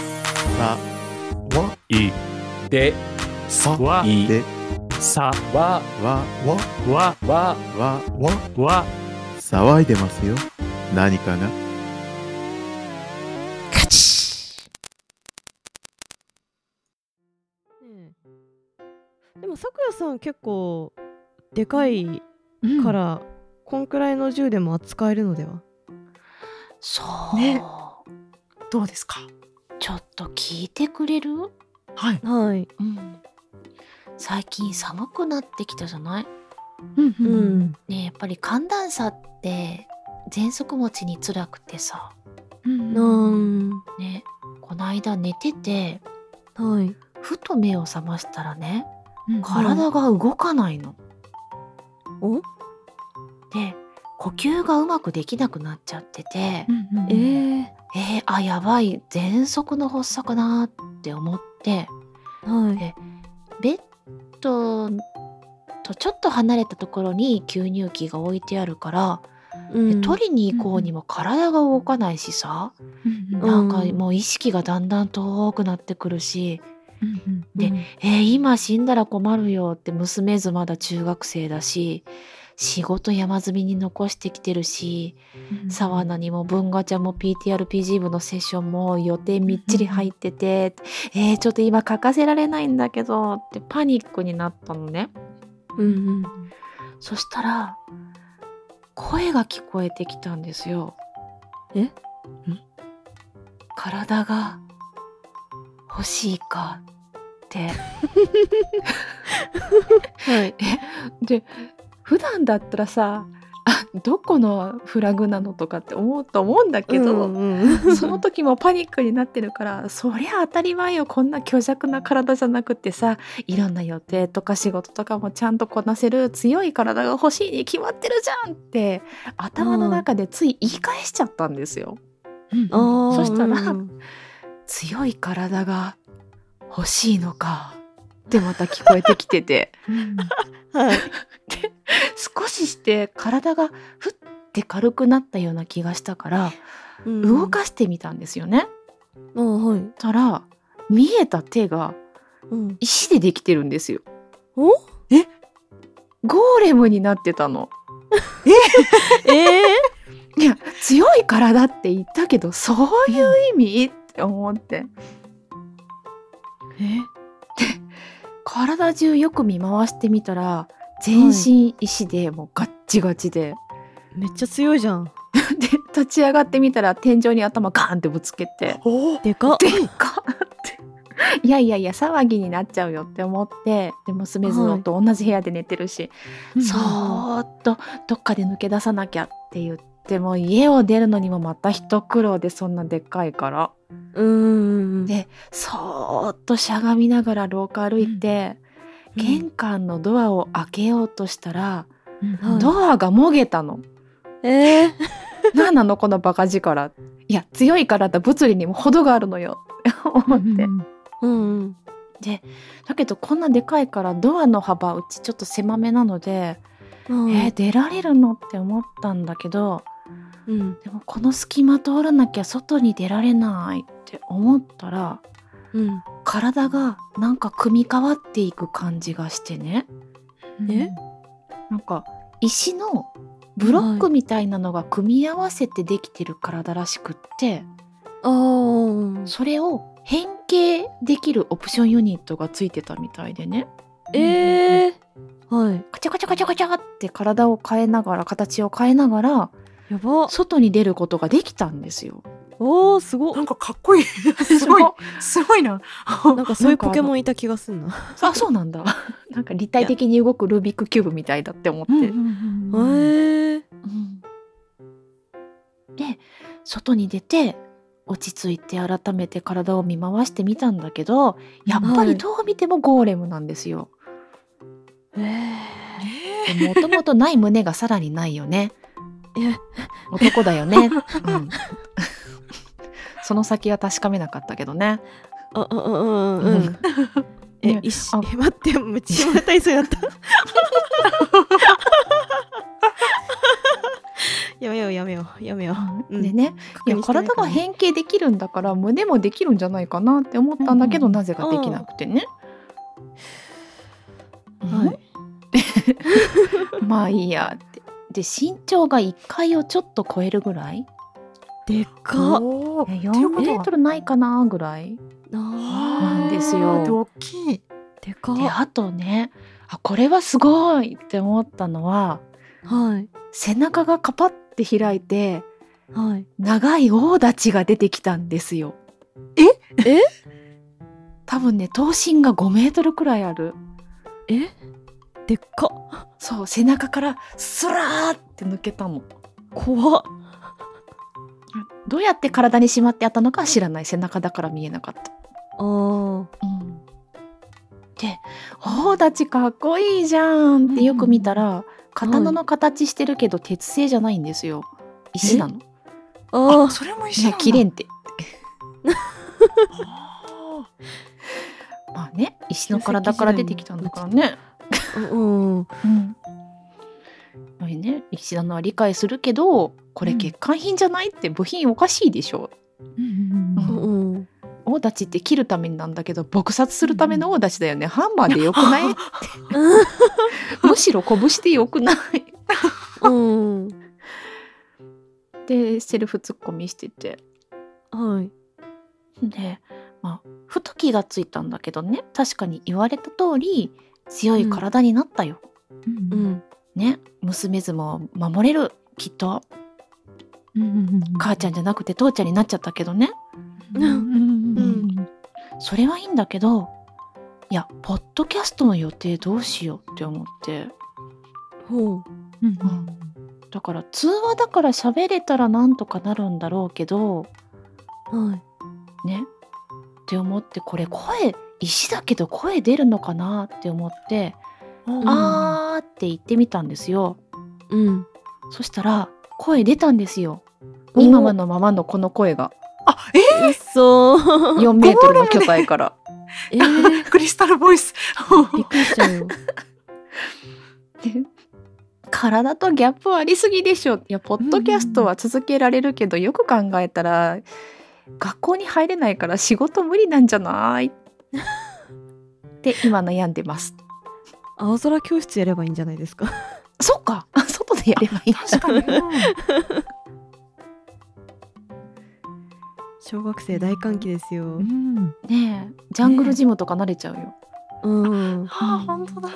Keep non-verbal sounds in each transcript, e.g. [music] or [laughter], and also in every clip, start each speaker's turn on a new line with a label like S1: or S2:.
S1: さ
S2: わ
S3: い
S1: で
S2: さ
S3: わ
S1: いで
S3: さ
S1: わ
S2: わ
S1: わ
S3: わ
S1: わ
S2: わわ
S3: わ
S2: 騒いでますよ何かが
S4: ねえでもさくらさん結構でかい
S5: うん
S4: から、こんくらいの銃でも扱えるのでは
S6: そう、
S5: ねどうですか
S6: ちょっと聞いてくれる
S5: はい、
S4: はい
S6: うん最近寒くなってきたじゃない
S5: うんうんう
S4: うんん
S6: ねえやっぱり寒暖差って喘息持ちに辛くてさ
S5: うん
S4: なん
S6: ねこないだ寝てて
S4: はい
S6: ふと目を覚ましたらね
S5: うん
S6: 体が動かないの。
S4: お
S6: で呼吸がうまくできなくなっちゃってて、
S5: うんうん
S4: えー、
S6: えー、あやばい喘息の発作かなって思って
S4: はい
S6: えベッドとちょっと離れたところに吸入器が置いてあるから、
S4: う
S6: で
S4: ん
S6: 取りに行こうにも体が動かないしさ、
S5: うんうん
S6: なんか
S4: うん
S6: もう意識がだんだん遠くなってくるし、
S5: うんうん
S6: でえー今死んだら困るよって娘ずまだ中学生だし仕事山積みに残してきてるし
S5: うん
S6: 沢菜にも文ガチャも PTRPG 部のセッションも予定みっちり入ってて、えーちょっと今欠かせられないんだけどってパニックになったのね
S4: うん
S6: そしたら声が聞こえてきたんですよ
S4: えん
S6: 体が欲しいかって
S4: [laughs] はい
S6: で普段だったらさあどこのフラグなのとかって思うと思うんだけど、
S4: うん [laughs] うん
S6: その時もパニックになってるからそりゃ当たり前よこんな虚弱な体じゃなくってさいろんな予定とか仕事とかもちゃんとこなせる強い体が欲しいに決まってるじゃんって頭の中でつい言い返しちゃったんですよ。
S5: うんうん
S4: あー
S6: [laughs] そしたら
S4: うん
S6: 強い体が欲しいのかってまた聞こえてきてて
S4: はい
S6: 少しして体がふって軽くなったような気がしたから
S4: うん
S6: 動かしてみたんですよね。
S4: あはい
S6: たら見えた手が [laughs]
S4: うん
S6: 石でできてるんですよ。
S4: お
S6: えゴーレムになってたの。
S4: え
S6: いや強い体って言ったけどそういう意味、って思って。えで体中よく見回してみたら全身石でもうガッチガチで。
S4: ー、めっちゃ強いじゃん
S6: で立ち上がってみたら天井に頭ガーンってぶつけて。
S2: お
S4: でかっ
S6: でかって。いやいやいや騒ぎになっちゃうよって思ってで娘ズノと同じ部屋で寝てるし、そーっとどっかで抜け出さなきゃって言ってもう家を出るのにもまた一苦労でそんなでっかいから
S4: うん
S6: でそーっとしゃがみながら廊下歩いて、
S5: うん
S6: 玄関のドアを開けようとしたら、
S5: うん
S4: はい
S6: ドアがもげた [laughs] の。
S4: えー、
S6: 何なのこのバカ力いや強いからだ物理にも程があるのよ [laughs] って思って、
S4: うんうん
S6: でだけどこんなでかいからドアの幅うちちょっと狭めなので、えー出られるのって思ったんだけど
S4: うん
S6: でもこの隙間通らなきゃ外に出られないって思ったら
S4: うん
S6: 体がなんか組み替わっていく感じがしてね
S4: え
S6: なんか石のブロックみたいなのが組み合わせてできてる体らしくって、
S4: あー
S6: それを変形できるオプションユニットがついてたみたいでね
S4: えー、はい
S6: カチャカチャカチャカチャって体を変えながら形を変えながら
S4: やば
S6: 外に出ることができたんですよ。
S4: おーすごっ
S5: なんかかっこいいすごいすごいな
S4: [laughs] なんかそういうポケモ
S6: ン
S4: ンいた気がすんな
S6: あそうなんだなんか立体的に動くルービックキューブみたいだって思って、
S4: え
S6: う
S4: ー、
S6: んで外に出て落ち着いて改めて体を見回してみたんだけどやっぱりどう見てもゴーレムなんですよ。
S4: え
S6: もともとない胸がさらにないよね
S4: え。
S6: 男だよね。うん、 [laughs] その先は確かめなかったけどね。
S4: あああうんうんうんえ、
S6: ね
S4: 石
S6: あ
S4: え待ってむちまたいそうになったやめようやめようやめよう。うん
S6: でね、いや体が
S4: 変
S6: 変形できるんだから胸もできるんじゃないかなって思ったんだけど、
S5: うん
S6: なぜかできなくてね。
S4: はい
S6: うんまあいいやって。で身長が1階をちょっと超えるぐらい
S4: でっか
S5: おーっていう
S6: 4
S5: こ
S6: メ
S5: と
S6: ー
S5: は
S6: トルないかなぐらい。
S4: なあ
S6: なんですよ
S5: はあ大きい。
S4: でか
S6: であとねあこれはすごいって思ったのは
S4: はい
S6: 背中がカパって開いて
S4: はい
S6: 長い大立ちが出てきたんですよ。
S4: ええ
S6: 多分ね頭身が5メートルくらいある。
S4: えでっか
S6: そう背中からスラーって抜けたの。
S4: 怖っ
S6: どうやって体にしまってあったのかは知らない背中だから見えなかった。
S4: あー
S6: うん、で「おおたちかっこいいじゃん」ってよく見たら、刀の形してるけど鉄製じゃないんですよ。石なの。
S5: あ
S4: あ
S5: それも一
S6: い
S5: 緒
S6: や
S5: なんだ。
S6: 切れん [laughs] て。
S5: あ
S6: まあね石の体から出てきたんだからね。
S4: ーうん
S6: うんこれね石なのは理解するけどこれ欠陥品じゃないって部品おかしいでしょ
S5: ーうんうんうん
S4: うん
S6: 大立ちって切るためになんだけど撲殺するための大立ちだよね、ハンマーでよくない [laughs] むしろ拳でよくない
S4: うんうん
S6: [laughs] でセルフツッコミしてて
S4: はい
S6: で、まあ、ふと気がついたんだけどね確かに言われた通り強い体になったよ、
S5: うん
S4: う
S5: うん
S4: ん
S6: ね娘相も守れるきっと
S5: うんうんうん
S6: 母ちゃんじゃなくて父ちゃんになっちゃったけどね
S5: うんうんうんうん
S6: それはいいんだけどいやポッドキャストの予定どうしようって思って
S4: ほう
S5: うん
S6: だから通話だから喋れたらなんとかなるんだろうけど
S4: はい
S6: ねって思ってこれ声石だけど声出るのかなって思って「
S5: ん
S6: あー」って言ってみたんですよ
S4: うん
S6: そしたら声出たんですよ
S4: お
S6: 今まのままのこの声が
S5: あえ
S4: うっそー
S6: 4メートルの巨体から
S4: えー
S5: [laughs] ークリスタルボイス。
S4: びっくりしちゃうよ
S6: で [laughs] 体とギャップありすぎでしょいやポッドキャストは続けられるけど、よく考えたら学校に入れないから仕事無理なんじゃないって今悩ん [laughs] でます
S4: 青空教室やればいいんじゃないですか
S6: そっかあ [laughs] 外でやればいいん
S5: 確
S6: だ
S5: かに。 [laughs] うん
S4: 小学生大歓喜ですよ
S5: うん
S6: ねえジャングルジムとか慣れちゃうよ、
S4: うん
S5: はあ、本当だ。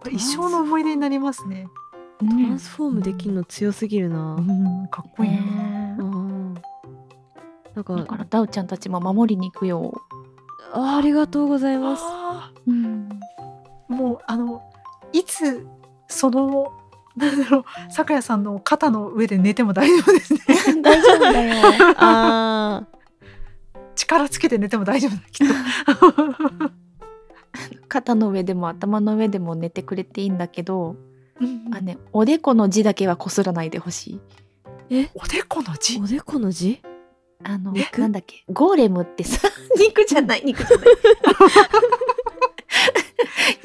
S5: これ一生の思い出になりますね。
S4: トランスフォームできんの強すぎるな
S5: かっこいいな。
S4: う
S6: ね
S4: んなん
S6: えだ
S4: か
S6: からダウちゃんたちも守りに行くよ、
S4: あありがとうござい
S5: [laughs]
S4: ます
S5: あ
S6: うん、
S5: ーもうあのいつそのなんだろう酒屋さんの肩の上で寝ても大丈夫ですね。
S6: 大丈夫だよ
S4: あ
S5: 力つけて寝ても大丈夫だきっと。
S6: [laughs] 肩の上でも頭の上でも寝てくれていいんだけど
S5: うん
S6: あね、おでこの字だけはこすらないでほしい。
S5: おでこの字
S4: ーお。でこの字
S6: あの、
S5: 肉
S6: なんだっけ、ゴーレムってさ、 [laughs] 肉じゃない、肉じゃない。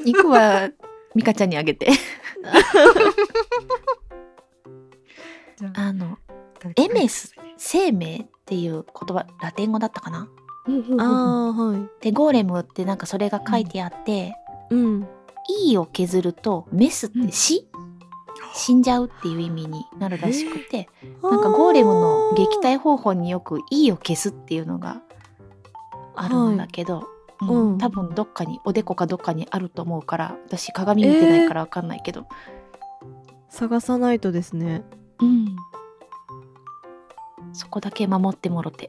S6: [laughs] 肉はミカちゃんにあげて。
S5: じゃあ
S6: あの、エメス。生命っていう言葉、ラテン語だったかな。
S4: ああはい
S6: で、ゴーレムってなんかそれが書いてあって、
S4: うん
S6: いいを削ると、メスっ
S5: う
S6: て
S5: ん
S6: 死、死んじゃうっていう意味になるらしくて、なんかゴーレムの撃退方法によく「いい」を消すっていうのがあるんだけど、うん
S4: うん
S6: 多分どっかにおでこかどっかにあると思うから私鏡見てないからわかんないけど、
S4: 探さないとですね
S6: うんそこだけ守ってもろて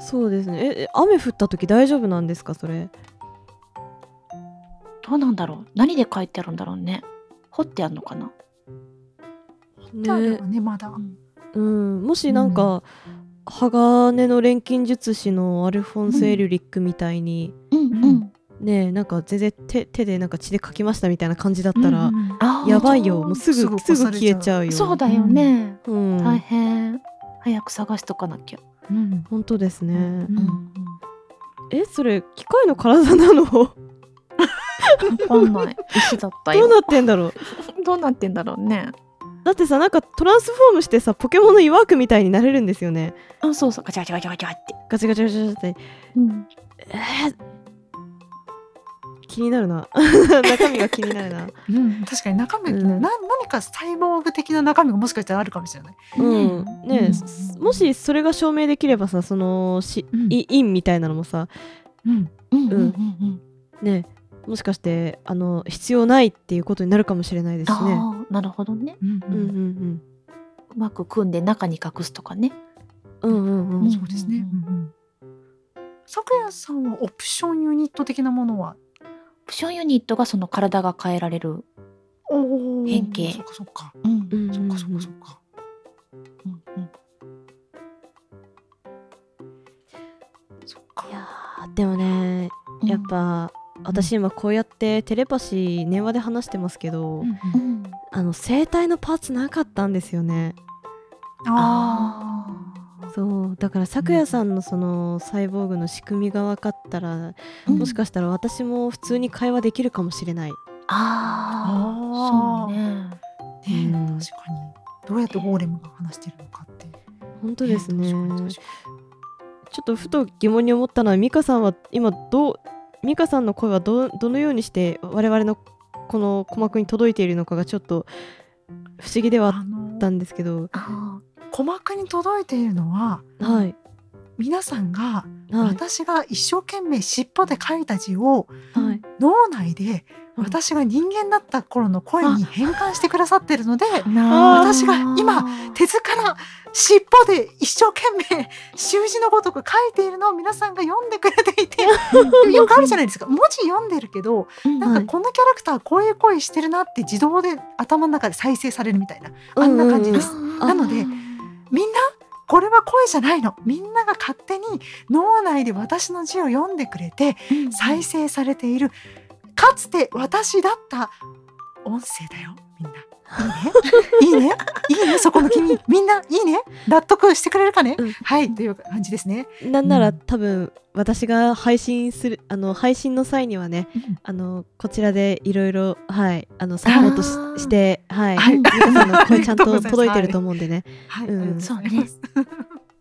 S4: そうですねええ雨降った時大丈夫なんですかそれ
S6: どうなんだろう何で書いてあるんだろうね掘ってあんのかな
S5: じゃあでもねまだ。
S4: うんもしなんか、鋼の錬金術師のアルフォンス・エルリックみたいに、
S6: うん
S5: うん
S4: ねえなんか全然手手でなんか血で書きましたみたいな感じだったら、
S5: うんうん
S6: あー
S4: やばいよもうすぐ
S5: す
S4: す
S5: ぐ
S4: ぐ
S5: 殺されちゃう
S4: 消えちゃうよ
S6: そうだよね、
S4: うん、
S6: 大変早く探しとかなきゃ、
S5: うん
S4: 本当ですね、
S5: うん
S4: えそれ機械の体なのど
S6: わかんない石だったよ
S4: うなってんだろう
S6: どうなってんだろうね
S4: だってさなんかトランスフォームしてさポケモンのイワークみたいになれるんですよね
S6: うん、そうそう、ガチャガチャガチャガチャって。
S4: ガチャガチャガチャガチャって
S6: うん、
S4: えー気になる
S5: [laughs]
S4: な中身が気になるな
S5: うん、確かに中身、
S4: うん
S5: な何か細胞的な中身がもしかしたらあるかもしれない。
S4: うんねえ
S6: うん
S4: すもしそれが証明できればさそのし
S5: うん
S4: い陰みたいなのもさ
S5: うん、
S6: うん、うん、
S4: う
S6: うんん、うん。
S4: ねえもしかしてあの必要ないっていうことになるかもしれないですね
S6: ああ、なるほどね。
S5: うん
S4: うんうん
S6: うまく組んで中に隠すとかね。
S4: うんうんうんう
S5: うんん、そうですね。うんうんさくやさんはオプションユニット的なものは
S6: オプションユニットがその体が変えられる。
S5: おー
S6: 変形
S5: そっかそっか
S6: うん
S4: う、んうん
S5: そっかそっかそっか。
S6: うん、うん。
S5: そっか
S4: いやーでもねやっぱ、私今こうやってテレパシー電話で話してますけど、
S5: うんうん
S6: うん、
S4: あの声帯のパーツなかったんですよね
S5: あ
S4: そうだから咲夜さんのそのサイボーグの仕組みが分かったら、
S6: うん
S4: もしかしたら私も普通に会話できるかもしれない、
S5: あ
S6: ああ、そ
S5: ああ、
S6: う
S5: ね
S6: ね。
S5: え
S4: うん
S5: 確かにどうやってゴーレムが話してるのかって
S4: 本当ですね、
S5: 確かに確
S4: ち
S5: か
S4: ょっとふと疑問に思ったのは美香さんは今どう美香さんの声はどどのようにして我々のこの鼓膜に届いているのかがちょっと不思議ではあ
S5: にあの
S4: ったんですけど
S6: あ
S5: 鼓膜に届いているのは
S4: はい
S5: 皆さんが
S4: はい
S5: 私が一生懸命尻尾で書いた字を
S4: はい
S5: 脳内で
S4: うん
S5: 私が人間だった頃の声に変換してくださってるので
S6: あ、な
S5: あー私が今手ずから尻尾で一生懸命習字のごとく書いているのを皆さんが読んでくれていてよくあるじゃないですか文字読んでるけどなんかこのキャラクターこういう声してるなって自動で頭の中で再生されるみたいなあんな感じですなのでみんなこれは声じゃないのみんなが勝手に脳内で私の字を読んでくれて再生されているかつて私だった音声だよみんないいね [laughs] いいねいいねそこの君みんないいね納得してくれるかね、
S4: うん
S5: はいという感じですね
S4: なんなら、
S5: うん
S4: 多分私が配信するあの配信の際にはね、
S5: うん
S4: あのこちらでいろいろはいあのサポート
S6: あー
S4: ししてはい、
S5: はい
S4: 皆さんの声ちゃん
S5: [laughs] ありがとう
S4: と
S5: ございます
S4: 届いてると思うんでね、
S5: はい、
S4: うん
S5: ありがとございます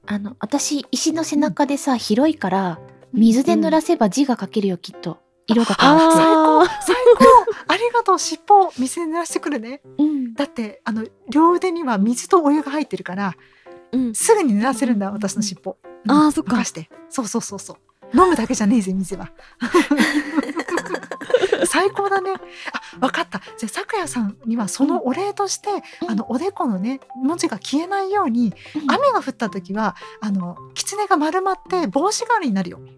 S6: あの私石の背中でさ広いから水で濡らせば字が書けるよきっと色が変わっ
S5: 最
S4: あ
S5: 高
S4: ー
S5: 最高ありがとう尻尾見せ濡らしてくるね
S6: てうん
S5: だってあの両腕には水とお湯が入ってるから
S4: うん、
S5: すぐに濡らせるんだ私の尻尾、うん
S4: あーそっか
S5: 任してそうそうそうそう飲むだけじゃねえぜ水は [laughs] 最高だねあ分かったじゃあさくやさんにはそのお礼として、
S6: うん
S5: あのおでこのね文字が消えないように、
S6: うん
S5: 雨が降った時はあの狐が丸まって帽子代わりになるよそう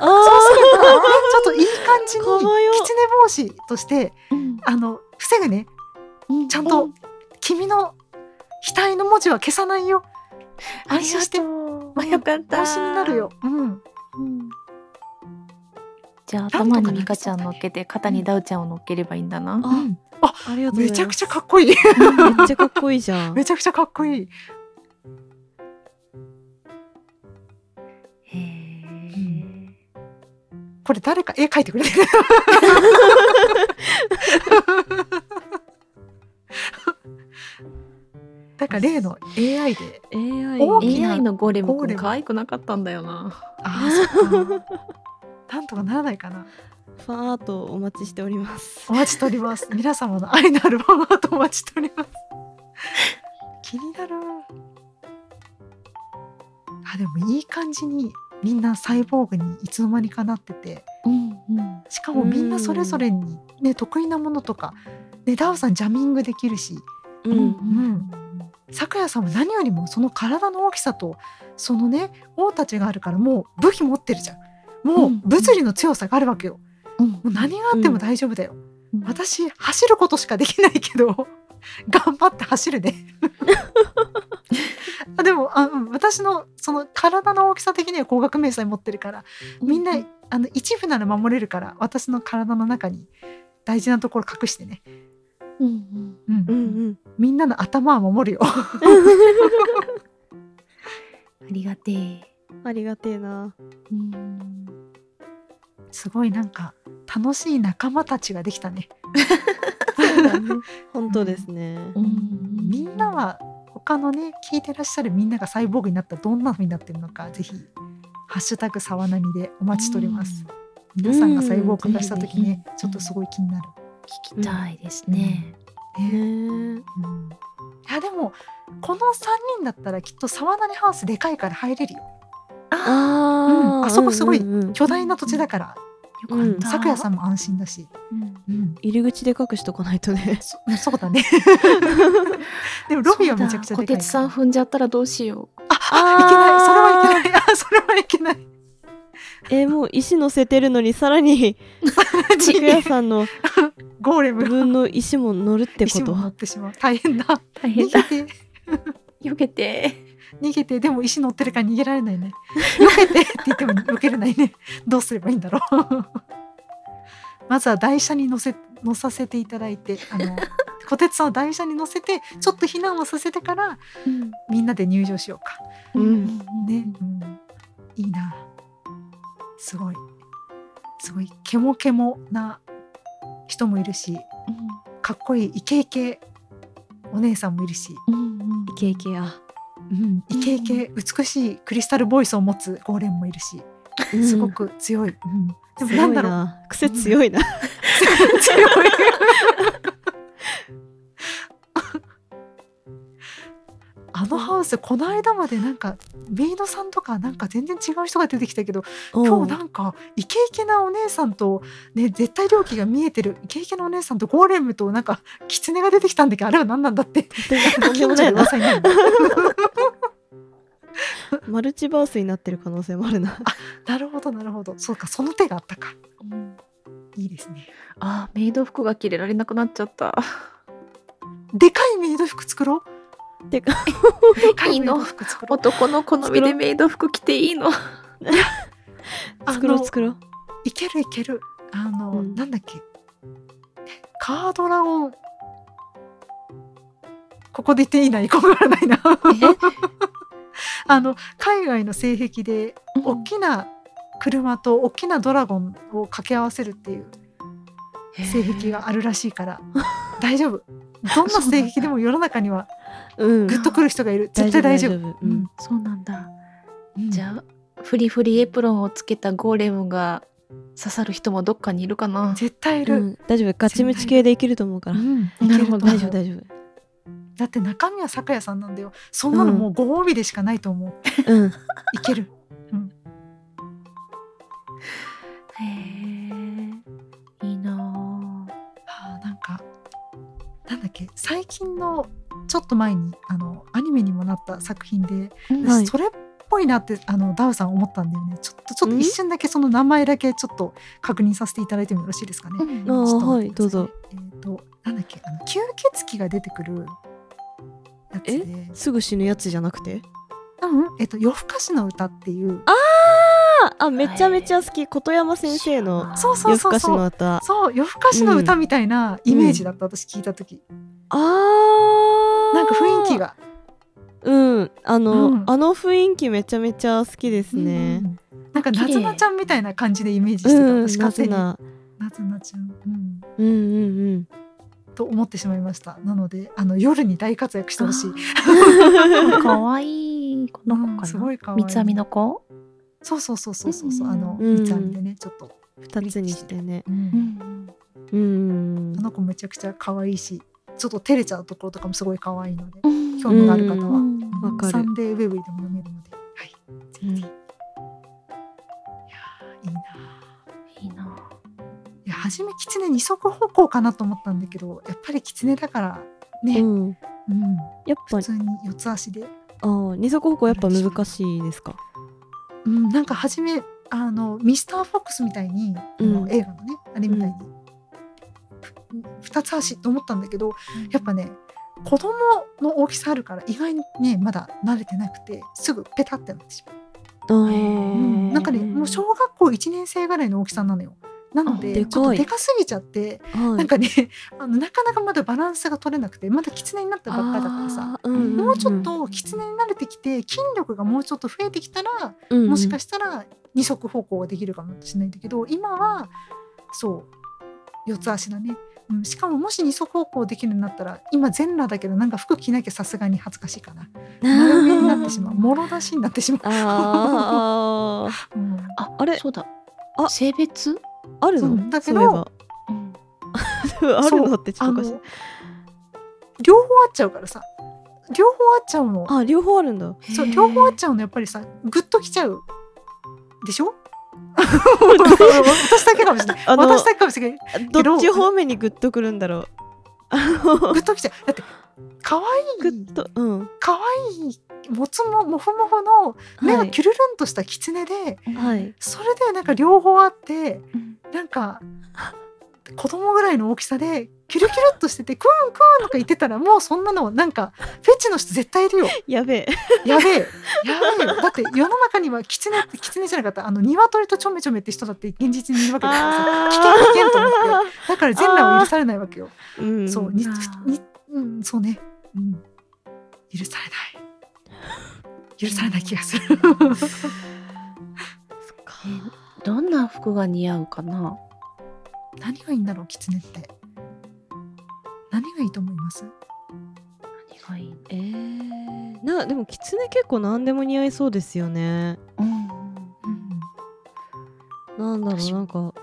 S4: あ
S5: すれば、ね、 [laughs] ちょっといい感じに
S4: かわいい
S5: 狐帽子として
S6: うん
S5: あの防ぐね
S6: うん
S5: ちゃんと君の額の文字は消さないよ
S6: ありが
S5: 安心して
S6: と
S5: まあ
S6: うよかった
S5: 帽子になるよ、うん
S6: うんじゃあ
S5: なんとか
S6: 頭
S5: な
S6: に
S5: り
S6: ミカちゃん乗っけて肩にダウちゃんを乗っければいいんだな
S4: あ
S5: うん
S4: ありがとうございます
S5: めちゃくちゃかっこいい
S4: めっちゃかっこいいじゃん
S5: [laughs] めちゃくちゃかっこいい
S6: へえ
S5: これ誰か絵描いてくれてるなんか例の AI で
S4: AI
S5: 大きな
S6: AI のゴーレム
S5: ゴーレ
S6: 君
S5: ム
S6: 可愛くなかったんだよな
S5: あーそっかなんとかならないかな
S4: ファーとお待ちしております
S5: お待ちしております皆様の愛のあるファンアートお待ちしております気になるあでもいい感じにみんなサイボーグにいつの間にかなってて
S6: うんうん
S5: しかもみんなそれぞれに、ね、得意なものとか、ね、ダオさんジャミングできるし
S4: うん、
S5: んさくやさんは何よりもその体の大きさとそのね王たちがあるからもう武器持ってるじゃんもう
S6: うん
S5: 物理の強さがあるわけよ、
S6: うん
S5: もう何があっても大丈夫だよ、
S6: うん
S5: 私走ることしかできないけど [laughs] 頑張って走るねあでもあ、うん、私のその体の大きさ的には工学迷彩持ってるからみんな
S6: うん
S5: あの一部なら守れるから私の体の中に大事なところ隠してね、
S6: うん
S5: うん
S4: うんうん
S5: みんなの頭は守るよ [laughs]
S6: ありがてえ
S4: ありがてえ
S5: [laughs]
S4: な
S6: うん
S5: すごいなんか楽しい仲間たちができたね
S4: そうだね本当ですね、
S6: うんうん
S5: みんなは他のね聞いてらっしゃるみんながサイボーグになったらどんな風になってるのかぜひハッシュタグさわなみでお待ちしております。皆さんがサイボーグ化した時ね、
S6: うん
S5: ちょっとすごい気になる。
S6: 聞きたいですね。
S5: ね
S4: ね
S5: うんいやでもこの三人だったらきっとサワナミハウスでかいから入れるよ。
S4: あ
S5: うん
S4: ー
S5: あそこすごい
S4: うんうんうん
S5: 巨大な土地だから、
S4: うん
S6: よかった。
S5: さくやさんも安心だし。
S6: うん。
S5: うん
S4: 入り口で隠しとかないとね
S5: そそうだ
S6: [laughs]
S5: ね。でもロビーはめちゃくち
S6: そ
S5: ゃ
S6: うだ小
S5: でかいから。
S6: 鉄さん踏んじゃったらどうしよう。
S5: あいけない。それはいけない。あ、
S4: えーもう石乗せてるのにさらに
S5: それはいけない。
S4: ちくやさんの
S5: ゴーレムが
S4: 分の石も乗るってこ
S5: 石も
S4: と
S5: 乗ってしまう。大変だ。
S6: 大変だ。
S5: 逃げて、
S6: [laughs] 避けて。
S5: 逃げて、でも石乗ってるから逃げられないね。避けてって言っても避けれないね。 [laughs] どうすればいいんだろう。 [laughs] まずは台車に乗せ、乗させていただいて、あの、小鉄さんを台車に乗せて、ちょっと避難をさせてから、みんなで入場しようか。
S4: うん
S5: ね、うん、いいなすごいすごいケモケモな人もいるしかっこいいイケイケお姉さんもいるし、
S6: うん。
S4: イケイケや
S5: うん、イケイケ美しいクリスタルボイスを持つゴーレムもいるしすごく強い、うん、でもなんだろう
S4: う癖強いな
S5: 強いあのハウスこの間までなんかメイドさんとかなんか全然違う人が出てきたけど今日なんかイケイケなお姉さんと、ね、絶対料金が見えてるイケイケなお姉さんとゴーレムとなんか狐が出てきたんだけどあれは何なんだって
S4: とんでも
S5: 近所
S4: な
S5: で
S4: いな
S5: 噂になる [laughs] の
S4: マルチバースになってる可能性もあるな
S5: なるほどなるほどそうかその手があったかいいですね
S6: あーメイド服が着れられなくなっちゃった。
S5: でかいメイド服作ろう
S4: でか
S5: でかいメイド服作ろう
S6: 男の好みでメイド服着ていいの。 [laughs]
S5: あの
S4: 作ろう作ろう
S5: いけるいけるあの、
S4: うん
S5: なんだっけカードラゴンここで言っていいな [laughs] ここからないな [laughs] あの海外の性癖で大きな車と大きなドラゴンを掛け合わせるっていう性癖があるらしいから大丈夫どんな性癖でも世の中には
S4: うん
S5: グッとくる人がいる絶対大丈夫
S4: 夫
S5: うん
S6: そうなんだ。
S5: うん
S6: じゃあフリフリエプロンをつけたゴーレムが刺さる人もどっかにいるかな。
S5: 絶対いる、
S4: うん大丈夫ガチムチ系でいけると思うから
S5: うん
S6: なるほど
S5: い
S4: 大丈
S5: ける
S4: 夫
S5: と思う
S4: 大丈夫
S5: だって中身は酒屋さんなんだよそんなのもうご褒美でしかないと思う、
S4: うん
S5: いける
S6: へえ。いいなあ。
S5: あーなんかなんだっけ最近のちょっと前にあのアニメにもなった作品で、
S6: うん
S4: はい
S5: それっぽいなってあのダウさん思ったんだよねちょっとちょっと
S4: ん
S5: 一瞬だけその名前だけちょっと確認させていただいてもよろしいですかね。
S6: うん
S4: あー
S5: ちょっと
S4: は
S5: 待
S4: い
S5: ってくださ
S4: どうぞ。
S5: えっ、となんだっけあの吸血鬼が出てくるやつで、
S4: え
S5: うん
S4: すぐ死ぬやつじゃなくて
S5: うんえっ、と夜更かしの歌っていう
S4: ああめちゃめちゃ好き琴山先生の
S5: そうそう
S4: 夜
S5: そ
S4: 更
S5: う
S4: かしの
S5: そう
S4: 歌
S5: そう夜更かしの歌みたいなイメージだった、私聞いた時
S4: あー
S5: なんか雰囲気が
S4: うんあの、
S5: うん
S4: あの雰囲気めちゃめちゃ好きですね。
S5: うんなんかなずなちゃんみたいな感じでイメージして
S4: う
S5: た、
S4: ん、
S5: 私
S4: な
S5: 勝手
S4: ぜ
S5: にな
S4: な、
S5: ずなちゃん、う
S4: うん
S5: ん、
S4: うん
S5: と思ってしまいましたなのであの夜に大活躍してほしい、
S6: 可愛いこの子
S5: うん
S6: か
S5: す
S6: な。
S5: ごい可愛い
S6: 三つ編みの子。
S5: そうそうそうそうそうそう
S6: うん
S5: あの
S4: うん
S5: みちゃんでねちょっと、
S4: うん、二つにしてね。
S5: うん
S4: うん
S5: あ、の子めちゃくちゃ可愛いしちょっと照れちゃうところとかもすごい可愛いので
S6: うん
S5: 興味がある方は、
S6: うん
S5: うん
S4: わかる
S5: サンデーウェブでも読めるのではいぜひぜひ、
S4: うん
S5: いやーいいない
S6: いな。
S5: いや初め狐二足歩行かなと思ったんだけどやっぱり狐だからね、
S4: うん、
S5: うん
S4: やっぱ
S5: 普通に四つ足で、
S4: あー二足歩行やっぱ難しいですか。
S5: うん、なんか初めあのミスター・フォックスみたいに、あの
S4: うん
S5: 映画のねあれみたいに、ふ二つ足と思ったんだけどやっぱね子供の大きさあるから意外にねまだ慣れてなくてすぐペタってなってしま
S4: あー
S5: う、うんなんかね
S6: うん
S5: もう小学校1年生ぐらいの大きさなのよなの
S6: あ
S5: で
S4: でかい
S5: ちょっとでかすぎちゃって、
S4: はい、
S5: なんかねあのなかなかまだバランスが取れなくてまだ狐になったばっかだからさ、
S4: あーうん
S5: もうちょっと狐に慣れてきて筋力がもうちょっと増えてきたら
S4: うんうん、
S5: もしか
S4: し
S5: したら二足歩行ができるかもしれないんだけど今はそう四つ足だねうんしかももし二足歩行できるんだったら今全裸だけどなんか服着なきゃさすがに恥ずかしいかな丸見えになってしまうもろ出しになってしま
S4: [laughs] あー
S5: う、うん
S6: あ
S4: あれ
S6: そうだ
S4: あ
S6: 性別、
S4: ある
S5: う
S4: の
S5: んだ
S4: そう
S5: け
S4: い
S5: ど
S4: えば
S6: うん
S4: [laughs] あるのってちょっとおかしい
S5: そう両方あっちゃうからさ両方あっちゃうの
S4: あ両方あるんだ
S5: そう両方あっちゃうのやっぱりさグッときちゃうで
S4: [laughs]
S5: しょ私だけかもしれない
S4: あの
S5: 私だけかもしれないど
S4: どっち方面にグッとくるんだろう
S5: グッときちゃうだって可
S4: グ
S5: 愛い
S4: ッとうん
S5: 可愛いもつももふもふの目
S4: は
S5: が
S4: い
S5: キュルルンとした狐で、
S4: [laughs] はい
S5: それでなんか両方あって
S6: うん
S5: なんか子供ぐらいの大きさでキュルキュルっとしててクーンクーンとか言ってたらもうそんなのなんかフェチの人絶対いるよ
S4: やべえ
S5: やべえやべえよだって世の中には狐って狐じゃなかったあの鶏とちょめちょめって人だって現実にいるわけだからさ
S4: あ
S5: 危
S4: ー
S5: 険危険と思ってだから全裸は許されないわけよ
S4: うん
S5: そうに
S6: うん
S5: にうんそうね、うん、許されない許されない気が
S4: [laughs]
S5: する
S4: そっか
S6: えどんな服が似合うかな
S5: 何がいいんだろう狐って何がいいと思
S4: [laughs]
S5: います
S6: 何がいい、
S4: えー、なでも狐結構何でも似合いそうですよね
S6: うん、
S4: なんだろう
S6: 私
S4: なんか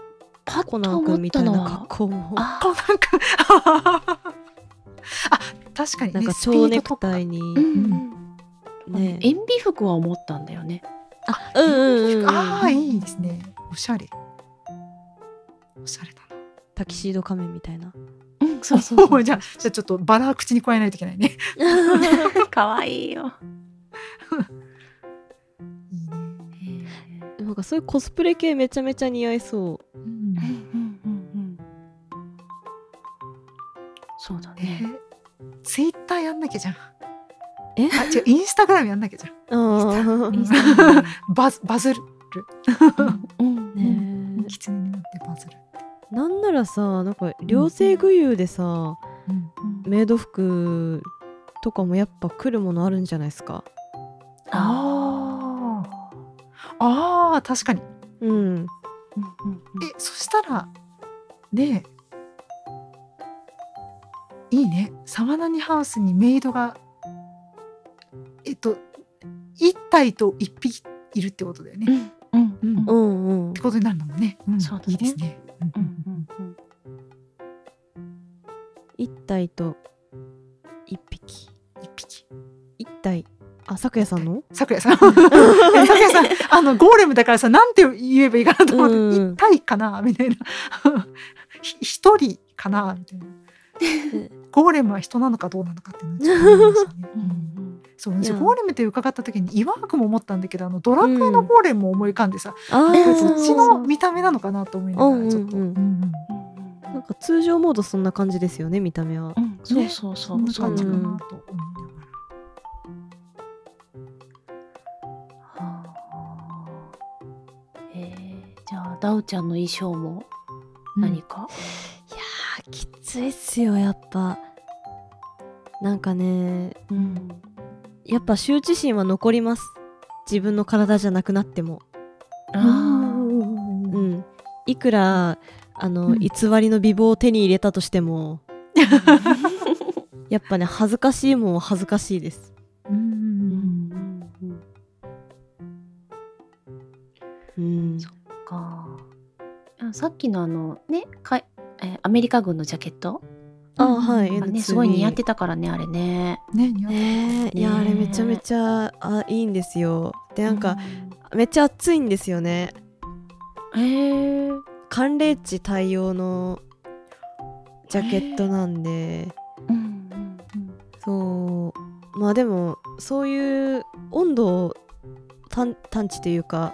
S6: パ
S4: コ
S6: ッ
S4: ナ
S6: と
S4: ン君
S6: 思っ
S4: みた
S6: た
S4: い
S6: の
S4: な
S6: は
S4: 格好も
S6: あ
S5: こうなんかあ確かにね
S4: なんか
S5: ス
S4: 蝶
S5: ピード
S4: ネ
S5: と
S4: ク
S5: か
S4: タイに
S6: うん
S5: う
S4: ね
S6: 塩ビ服は思ったんだよね
S4: あうんうんうん
S5: ああいいですねおしゃれおしゃれだな
S4: タキシード仮面みたいな
S6: うんそうそう
S5: おー [laughs] じゃあじゃあちょっとバラは口に加えないといけないね
S6: [laughs] 可愛いよ、
S5: いいね
S4: なんかそういうコスプレ系めちゃめちゃ似合いそう
S5: うん
S6: うんうんうんうんそうだね、
S5: ツイッターやんなきゃじゃん
S4: え
S5: あ違うインスタグラムやんなきゃじゃん
S4: あ
S6: インスタグラ
S5: [laughs] バズバズる
S6: うん
S4: ねえ
S5: キツネになってバズる、
S4: なんならさなんか両性具有でさ、
S5: うん
S4: メイド服とかもやっぱ来るものあるんじゃないですか
S5: あーあー確かに
S4: うん
S6: うんうんうん
S5: えそしたらねえいいねサワナニハウスにメイドがえっと一体と一匹いるってことだよね、
S6: う
S5: っ
S6: んうんうん
S5: うん
S4: うんうん
S5: てことになるんだもんね、うん
S6: そうだね
S5: いいですね、うん
S6: うんうんうん
S4: 一体と一匹
S5: 一匹
S4: 一体あさくやさんの
S5: さくやさん [laughs] さくやさんあのゴーレムだからさなんて言えばいいかなと思って、
S4: うん
S5: 一体かなみたいな [laughs] ひ一人かなみたいなゴーレムは人なのかどうなのかっていうのはちょっと思いま
S4: [laughs]
S5: した
S6: うん
S5: ね、うんそう私
S4: いや
S5: ゴーレムって伺った時に違和感も思ったんだけどあのドラクエのゴーレムも思い浮かんでさ、
S4: あ
S5: これ
S4: ー
S5: そっちの見た目なのかなと思いながらちょっと、
S4: うんうんうん
S5: うん
S6: うん
S4: なんか通常モードそんな感じですよね見た目は
S6: う、んそうそうそ、
S5: そうんな
S6: そう
S5: 感じ
S6: な
S5: か
S6: の
S5: なと思いながら、
S6: はあえーじゃあダウちゃんの衣装も何か、
S4: いやーきついっすよやっぱなんかね
S6: うん
S4: やっぱ羞恥心は残ります自分の体じゃなくなっても
S6: あ
S5: うん
S4: うんいくらあの、
S5: うん
S4: 偽りの美貌を手に入れたとし
S6: [laughs]
S4: てもやっぱね恥ずかしいもんは恥ずかしいです
S5: うん
S6: ーうんうんうん
S4: うん
S6: そかあさっきのあのねかい、えーアメリカ軍のジャケット
S4: あはい
S6: が
S4: N2
S6: ね
S4: に
S6: すごい似合ってたからねあれね
S5: ね似合って
S4: ねえいやあれめちゃめちゃあいいんですよでなんか、めっちゃ暑いんですよね
S6: うんへえ
S4: 寒冷地対応のジャケットなんで、
S6: うんうん
S4: そうまあでもそういう温度を探探知というか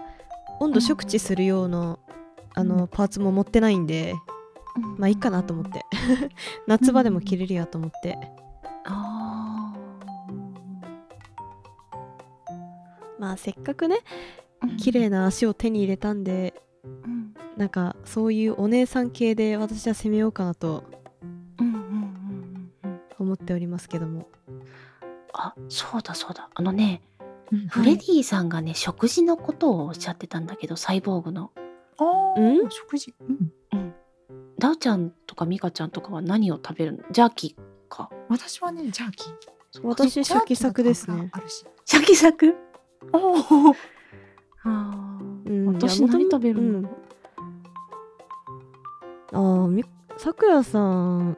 S4: 温度測知するような、あのパーツも持ってないんで
S6: うん
S4: まあいいかなと思って [laughs] 夏場でも着れるやと思って、
S6: あ
S4: まあせっかくね
S6: ー
S4: 綺麗な足を手に入れたんで
S6: うん
S4: なんかそういうお姉さん系で私は攻めようかなと
S6: うんうんうんうんうん
S4: 思っておりますけども
S6: あそうだそうだあのね
S5: るうん
S6: フレディさんがね食事のことをおっしゃってたんだけどサイボーグの
S5: あー
S4: うん
S5: 食事、うん、
S6: たうちゃんとかみかちゃんとかは何を食べるのジャーキーか
S5: 私はねジャーキー
S4: 私シャキサクですね
S5: あるし
S6: シャキサ [laughs] ク
S5: おお
S6: あー、
S4: うん
S6: 私
S4: いや
S6: 何食べるの、
S4: 元々あーみさくらさん
S5: うん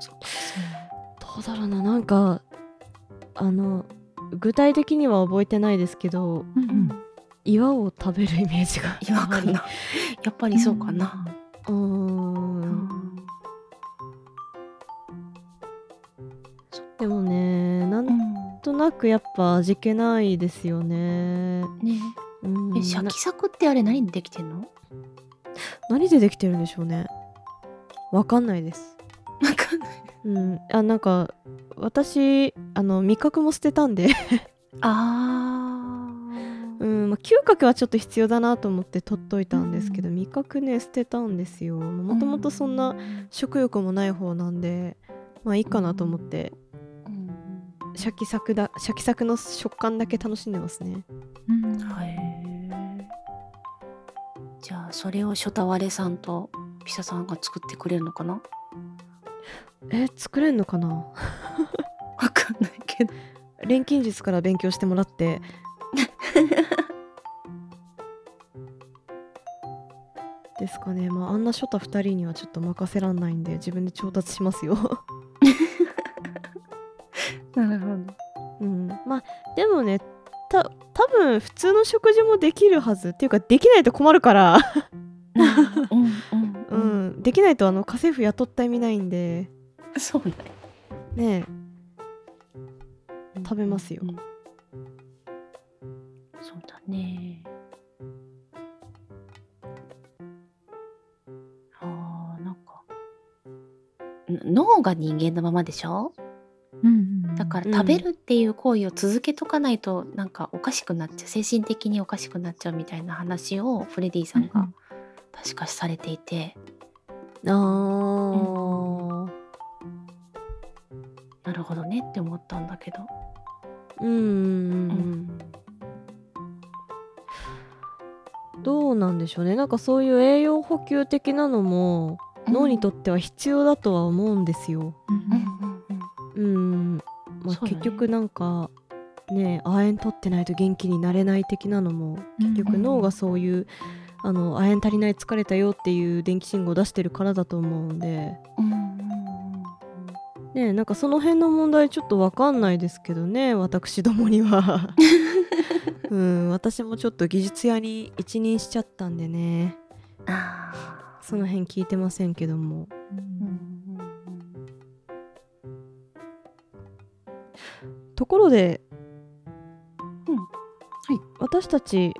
S5: そっか
S4: どうだろうななんかあの違体的には覚えてないですけど
S6: うんうん
S4: 岩を食べるイメージが
S6: 違和感
S4: あ
S6: なやっぱりそうかな、
S4: まりうーんでもねな
S6: うんん
S4: となくやっぱ味気ないですよね
S6: ね
S4: うん
S6: ええシャ
S4: な
S6: キサクってあれ何でできてんの
S4: 何でできてるんでしょうねわかんないです
S6: なんかんない
S4: うんあなんか私あの味覚も捨てたんで、
S6: あ
S4: う
S6: ー
S4: んまあ、嗅覚はちょっと必要だなと思って取っといたんですけど、味覚ね捨てたんですよもともとそんな
S6: うん
S4: 食欲もない方なんでまあいいかなと思ってシャキサクだシャキサクの食感だけ楽しんでますね
S5: うん
S6: はいじゃあそれをショタワレさんとピサさんが作ってくれるのかな
S4: え作れんのかな
S6: わかんないけど
S4: 錬金術から勉強してもらって [laughs] ですかねまああんなショタ2人にはちょっと任せらんないんで自分で調達しますよ、
S6: なるほ
S4: うん、まあでもねた多分普通の食事もできるはずっていうかできないと困るから
S6: どうんうん
S4: う
S6: うん、
S4: ん、できないとあの家政婦雇った意味ないんで
S6: そうね
S4: ねえ食べますよ
S6: うんそうだねあーなんかん脳が人間のままでしょ
S5: うん
S6: だから
S4: うん
S6: 食べるっていう行為を続けとかないとなんかおかしくなっちゃう精神的におかしくなっちゃうみたいな話をフレディさん
S5: うんう
S6: が
S5: ん
S6: 確かされていて、
S4: あー
S6: なるほどねって思ったんだけど、
S4: うんうん
S6: う
S4: うん
S6: ん
S4: どうなんでしょうねなんかそういう栄養補給的なのも脳にとっては必要だとは思うんですよ。
S5: う
S6: うん
S5: ん
S6: うんうん
S4: うん、
S6: そう
S4: まあ、
S6: だね
S4: 結局なんかねえ亜鉛取ってないと元気になれない的なのも
S5: 結
S4: 結局脳がそういうあの亜鉛足りない疲れたよっていう電気信号を出してるからだと思うんで。
S6: うんうんうん
S4: ねえなんかその辺の問題ちょっとわかんないですけどね私どもにはうん私もちょっと技術屋に一任しちゃったんでね
S6: あ
S4: その辺聞いてませんけども
S6: ーうんうん
S4: ところで、
S6: うん
S5: い
S4: 私たち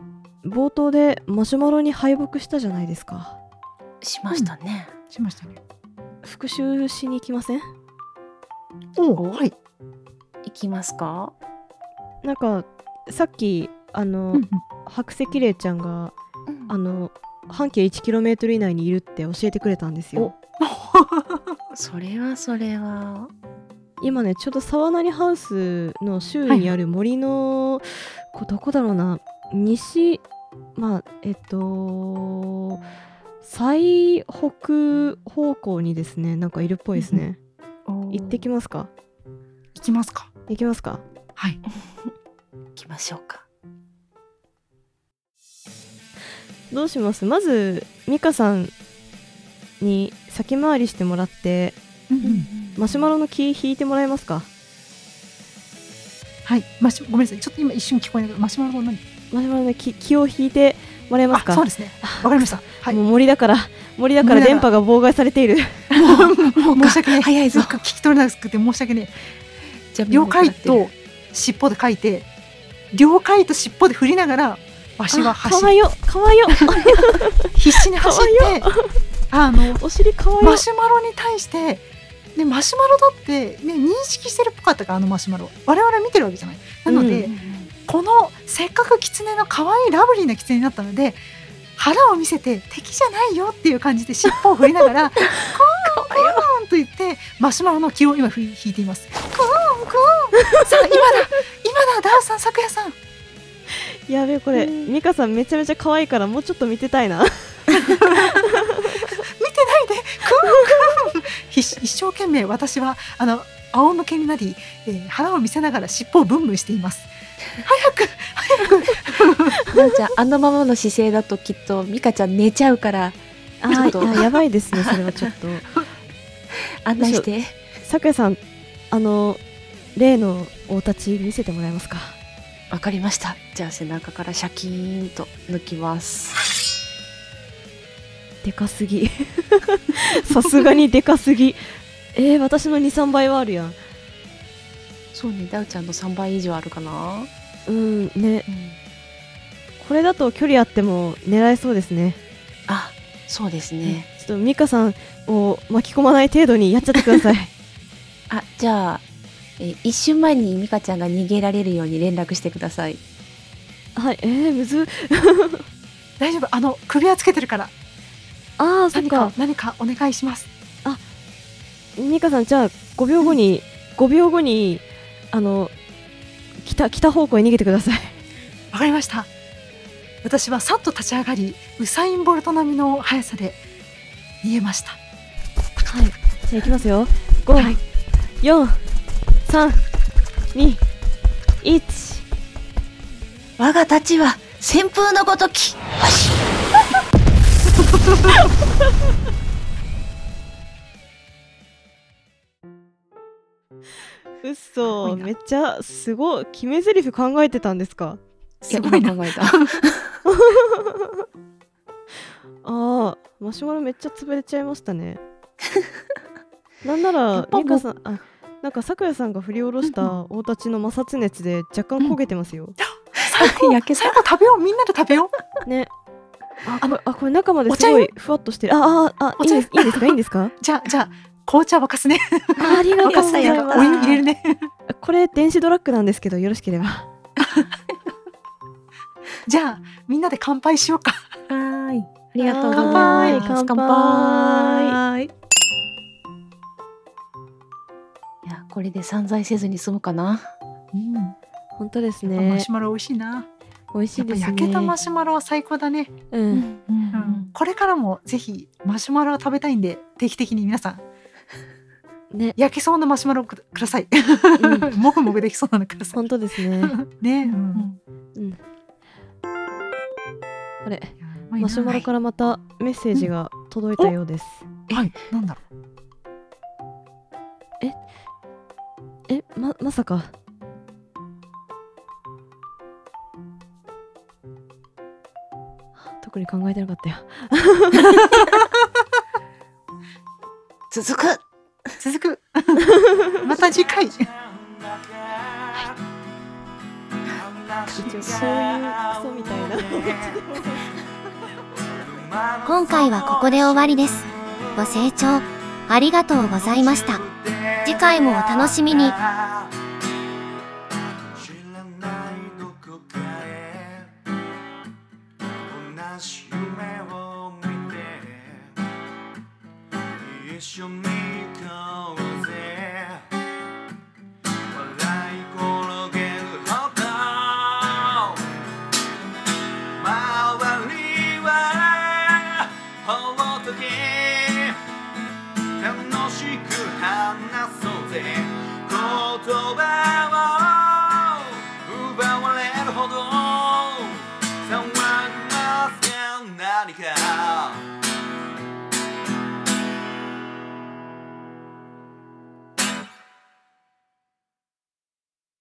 S4: 冒頭でマシュマロに敗北したじゃないですか
S6: うんしましたね、
S5: しましたね
S4: 復習しに行きません
S5: お
S6: お
S5: はい
S6: いきますか
S4: なんかさっきあの、白石玲ちゃんがあの半径 1km 以内にいるって教えてくれたんですよ
S6: それはそれは
S4: 今ねちょうど沢成ハウスの周囲にある森の、こどこだろうな西まあえっと最北方向にですねなんかいるっぽいですね、行ってきますか
S5: 行きますか
S4: 行きますか
S5: はい
S6: 行きましょうか
S4: どうしますまず美香さんに先回りしてもらってマシュマロの木引いてもらえますか
S5: はいマシュごめんなさいちょっと今一瞬聞こえなかったマシュマロの何
S4: マシュマロの木木を引いてもらえますか
S5: あそうですねわかりましたはい
S4: もう森だから森だから
S5: 森だ
S4: 電
S5: か
S4: 波が妨害されている
S5: もう申し訳ない
S6: 早いぞ
S5: なんか聞き取れなくて申し訳ない
S6: じゃあみんな
S5: 両
S6: 行
S5: 回
S6: ってもらっ
S5: と尻尾で書いて両回と尻尾で振りながらわしは
S4: あか
S5: 走
S4: わ
S5: る
S4: いよかわい
S5: [laughs]
S4: よ
S5: 必死に走ってあの
S4: お尻かわいよ
S5: マシュマロに対して、ね、マシュマロだって、ね、認識してるっぽかったからあのマシュマロ我々見てるわけじゃないなの
S6: て
S5: で、
S6: うんうん
S5: このせっかく狐の可愛いラブリーな狐になったので腹を見せて敵じゃないよっていう感じで尻尾を振りなが
S6: [laughs]
S5: ら「コーンコーン」と言ってマシュマロの気を今ふ引いています。コーンコーンさあ今だ今だダウさん咲夜さん
S4: やべえこれ、
S6: うん
S4: ミカさんめちゃめちゃ可愛いからもうちょっと見てたいな
S5: 見てないでコーン一一生懸命私はあの仰向けになり、えー腹を見せながら尻尾をブンブンしています早く早く
S6: なお [laughs] ちゃんあのままの姿勢だときっと美香ちゃん寝ちゃうから
S4: あ
S6: ちょっと
S4: ーいややばいですねそれはちょっと
S6: 案内して
S4: さくやさんあの例のお立ち見せてもらえますか
S6: わかりましたじゃあ背中からシャキーンと抜きます
S4: でかす
S5: [laughs]
S4: ぎさすがにでかすぎえー、私の23倍はあるやん
S6: そうねダウちゃんの3倍以上あるかな、
S4: うんねこれだと距離あっても狙えそうですね
S6: あそうです
S4: ね
S6: ね、
S4: ちょっと美香さんを巻き込まない程度にやっちゃってください
S6: あじゃあえー一瞬前に美香ちゃんが逃げられるように連絡してください
S4: [laughs] はいえー、むず
S5: 大丈夫あの首輪つけてるから
S4: ああそっ
S5: 何か
S4: か
S5: 何かお願いします
S4: 美香さんじゃあ5秒後に5秒後にあの北北方向へ逃げてください
S5: わかりました私はさっと立ち上がりウサイン・ボルト並みの速さで逃げました
S4: はいじゃあいきますよ
S5: は
S4: 5
S5: い、
S4: 4 3 2 1
S6: 我がたちは旋風のごとき
S4: うっ
S5: ご
S4: そ
S5: いな
S4: めっちゃすごい決め台詞考えてたんですか
S6: いや
S5: すごいな
S6: 今考え [laughs] た
S4: ああマシュマロめっちゃ潰れちゃいました
S5: [laughs]
S4: ねなんな
S6: や
S4: ら
S6: っぱも
S4: 美
S6: う
S4: 香さんあなんかさくやさんが振り下ろした大立ちの摩擦熱で若干焦げてますよ、
S5: 最高
S6: やけさ
S5: 最後食べようみんなで食べよう
S4: ねあ
S5: あ
S4: こ
S5: の
S4: れあこれ中まで
S5: お
S4: す
S5: 茶
S4: ご
S5: よ
S4: いふわっとしてるあああ
S5: お
S4: いい
S5: 茶
S4: で
S5: よ
S4: すいいですかいいんですか
S5: じゃあじゃあ紅茶沸か
S4: [laughs]
S5: すね
S4: あありがとうござい
S6: 若
S4: ま
S6: さ
S5: お湯入れる
S4: す
S5: ね
S4: これ電子ドラッグなんですけどよろしければ
S5: じゃあみんなで乾杯しようか
S6: はいありがとうござい
S5: 乾
S6: ま
S5: 杯
S6: す
S4: 乾杯
S5: はい
S6: いやこれで散財せずに済むかな
S5: うん
S4: 本当です
S5: マ
S4: ね
S5: シュマロ美味しいな
S4: 美味し
S5: や
S4: い
S5: っぱ
S4: ですね
S5: 焼けたマシュマロは最高だね
S4: う
S6: うんんうんうん
S5: これからもぜひマシュマロを食べたいんで定期的に皆さん
S4: ね
S5: 焼けそうなマシュマロをくください、
S4: う
S5: [laughs] もぐもぐできそうなのください
S4: 本当です
S5: [laughs]
S4: ね
S5: ね、
S4: うんあれ
S5: うん
S4: マシュマロからまたメッセージが届いたようです。
S5: はいなんだろ
S4: え、ま、まさか。特に考えてなかったよ。
S6: 続く
S5: う続くまた次回
S4: 一応そういうクソみたいな。
S1: 今回はここで終わりです。ご清聴ありがとうございました。次回もお楽しみに。
S3: 知らないどこかへ同じ夢を見て一緒に